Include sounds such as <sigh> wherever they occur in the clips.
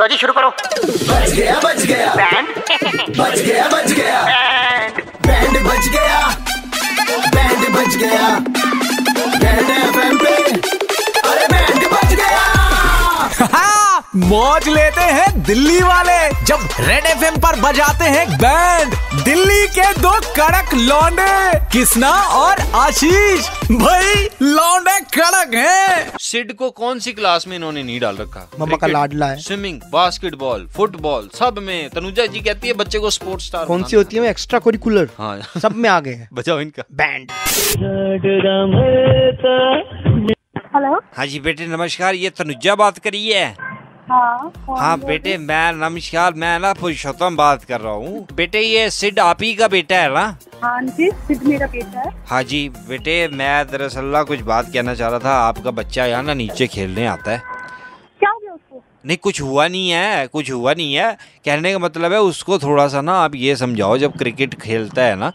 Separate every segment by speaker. Speaker 1: लो जी शुरू करो
Speaker 2: बच गया बच गया
Speaker 1: बैंड
Speaker 2: बच गया बच गया बैंड बच गया बैंड बच गया बैंड एफएम पे अरे बैंड बच गया
Speaker 3: हाँ, मौज लेते हैं दिल्ली वाले जब रेड एफ पर बजाते हैं बैंड दिल्ली के दो कड़क लौंडे किसना और आशीष भाई लौंडे कड़क हैं
Speaker 4: सिड को कौन सी क्लास में इन्होंने नहीं डाल रखा
Speaker 5: मम्मा का
Speaker 4: क्रिकेट,
Speaker 5: लाडला है।
Speaker 4: स्विमिंग बास्केटबॉल फुटबॉल सब में तनुजा जी कहती है बच्चे को स्पोर्ट्स स्टार
Speaker 5: कौन सी होती है वो एक्स्ट्रा कोरिकुलर
Speaker 4: हाँ <laughs>
Speaker 5: सब में आ गए हैं
Speaker 4: बचाओ इनका
Speaker 5: बैंड
Speaker 6: हेलो
Speaker 4: हाँ जी बेटे नमस्कार ये तनुजा बात करी है
Speaker 6: हाँ कौन
Speaker 4: हाँ
Speaker 6: बोल रहे
Speaker 4: बेटे मैं नमस्कार मैं ना पुरुषोत्तम बात कर रहा हूँ बेटे ये सिड आप ही का बेटा है ना
Speaker 6: हो? हाँ जी सिर्फ मेरा बेटा है
Speaker 4: हाँ जी बेटे मैं दरअसल ना कुछ बात कहना चाह रहा था आपका बच्चा यहाँ ना नीचे खेलने आता है
Speaker 6: क्या हो गया उसको
Speaker 4: नहीं कुछ हुआ नहीं है कुछ हुआ नहीं है कहने का मतलब है उसको थोड़ा सा ना आप ये समझाओ जब क्रिकेट खेलता है ना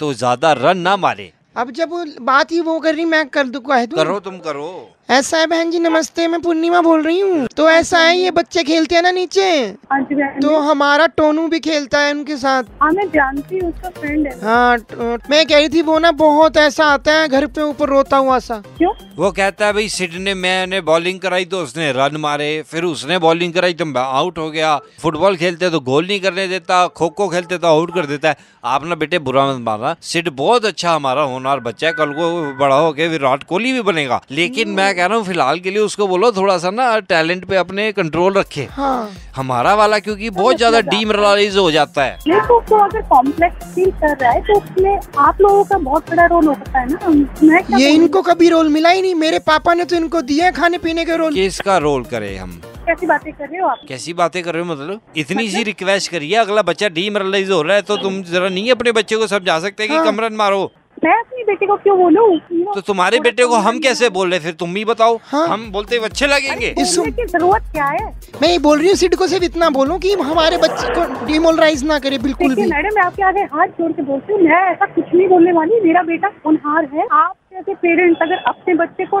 Speaker 4: तो ज़्यादा रन ना मारे
Speaker 5: अब जब वो बात ही वो कर रही मैं कर दू है तू
Speaker 4: करो तुम करो
Speaker 5: ऐसा है बहन जी नमस्ते मैं पूर्णिमा बोल रही हूँ तो ऐसा है ये बच्चे खेलते हैं ना नीचे
Speaker 6: हाँ जी बहन
Speaker 5: तो हमारा टोनू भी खेलता है उनके साथ
Speaker 6: हाँ मैं जानती हूँ उसका फ्रेंड है
Speaker 5: हाँ ट- मैं कह रही थी वो ना बहुत ऐसा आता है घर पे ऊपर रोता हुआ सा
Speaker 6: क्यों
Speaker 4: वो कहता है भाई सिड ने मैंने बॉलिंग कराई तो उसने रन मारे फिर उसने बॉलिंग कराई तो मैं आउट हो गया फुटबॉल खेलते तो गोल नहीं करने देता खो खो खेलते तो आउट कर देता है आप ना बेटे बुरा मत मानना सिड बहुत अच्छा हमारा होनहार बच्चा है कल को वो बड़ा होके विराट कोहली भी बनेगा लेकिन मैं कह रहा हूँ फिलहाल के लिए उसको बोलो थोड़ा सा ना टैलेंट पे अपने कंट्रोल रखे
Speaker 5: हाँ
Speaker 4: हमारा वाला क्योंकि बहुत ज्यादा डीमोरलाइज हो जाता है
Speaker 6: देखो तो उसको अगर कॉम्प्लेक्स फील कर रहा है तो उसमें आप लोगों का बहुत बड़ा रोल हो सकता है ना मैं क्या
Speaker 5: ये
Speaker 6: बोलूं?
Speaker 5: इनको कभी रोल मिला ही नहीं मेरे पापा ने तो इनको दिए हैं खाने पीने के रोल
Speaker 4: कि इसका रोल करें हम
Speaker 6: कैसी बातें कर रहे हो आप
Speaker 4: कैसी बातें कर रहे हो मतलब इतनी सी रिक्वेस्ट करिए अगला बच्चा डीमोरलाइज हो रहा है तो तुम जरा नहीं अपने बच्चे को समझा सकते
Speaker 5: हाँ।
Speaker 4: कि कम रन मारो
Speaker 6: मैं अपनी बेटी को क्यों बोलूँ
Speaker 4: तो तुम्हारे बेटे को हम कैसे बोल रहे फिर तुम भी बताओ
Speaker 5: हाँ।
Speaker 4: हम बोलते हुए अच्छे लगेंगे
Speaker 5: इस-
Speaker 6: बोलने की जरूरत क्या है
Speaker 5: मैं ये बोल रही हूँ सिड को सिर्फ इतना बोलूँ कि हमारे बच्चे को डिमोलराइज ना करे बिल्कुल
Speaker 6: देखिए
Speaker 5: भी
Speaker 6: मैडम मैं आपके आगे हाथ जोड़ के बोलती हूँ मैं ऐसा कुछ नहीं बोलने वाली मेरा बेटा होनहार है आप जैसे पेरेंट्स अगर अपने बच्चे को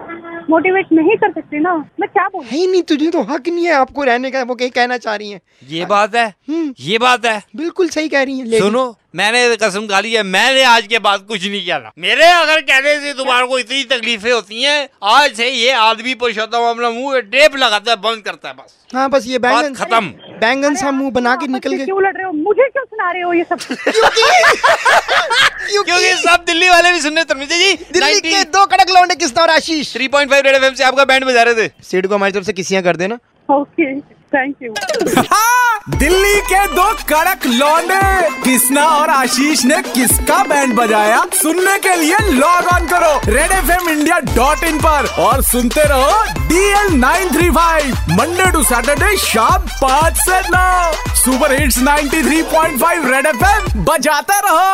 Speaker 6: मोटिवेट नहीं कर सकते ना मैं क्या बोलूँ
Speaker 5: है ही नहीं तुझे तो हक नहीं है आपको रहने का वो कहीं कहना चाह रही है
Speaker 4: ये बात है
Speaker 5: हम्म।
Speaker 4: ये बात है
Speaker 5: बिल्कुल सही कह रही है lady।
Speaker 4: सुनो मैंने कसम खा ली है मैंने आज के बाद कुछ नहीं कहना मेरे अगर कहने से तुम्हारे को इतनी तकलीफें होती हैं आज से ये आदमी पुरुषोत्तम अपना मुंह पे टेप लगाता है बंद करता है बस
Speaker 5: हाँ बस ये
Speaker 4: बात
Speaker 5: बैंगन
Speaker 4: खत्म।
Speaker 5: बैंगन सा मुंह बना के
Speaker 6: आपस
Speaker 5: निकल
Speaker 6: में
Speaker 5: गए
Speaker 6: हाँ, क्यों लड़ रहे हो मुझे क्यों सुना रहे हो ये सब <laughs>
Speaker 5: <laughs>
Speaker 4: क्योंकि सब दिल्ली वाले भी सुनने तनुजा जी
Speaker 5: दिल्ली के दो कड़क लौंडे किस्ता और Ashish
Speaker 4: three point five red F से आपका बैंड बजा रहे थे
Speaker 5: सीट को हमारी तरफ से किसियां कर देना
Speaker 6: ओके थैंक यू
Speaker 3: हाँ, दिल्ली के दो कड़क लौंडे किसना और आशीष ने किसका बैंड बजाया सुनने के लिए लॉग ऑन करो red F M India dot in पर और सुनते रहो DL nine three five Monday to Saturday शाम पाँच से नौ super hits 93.5 three point five red F M बजाते रहो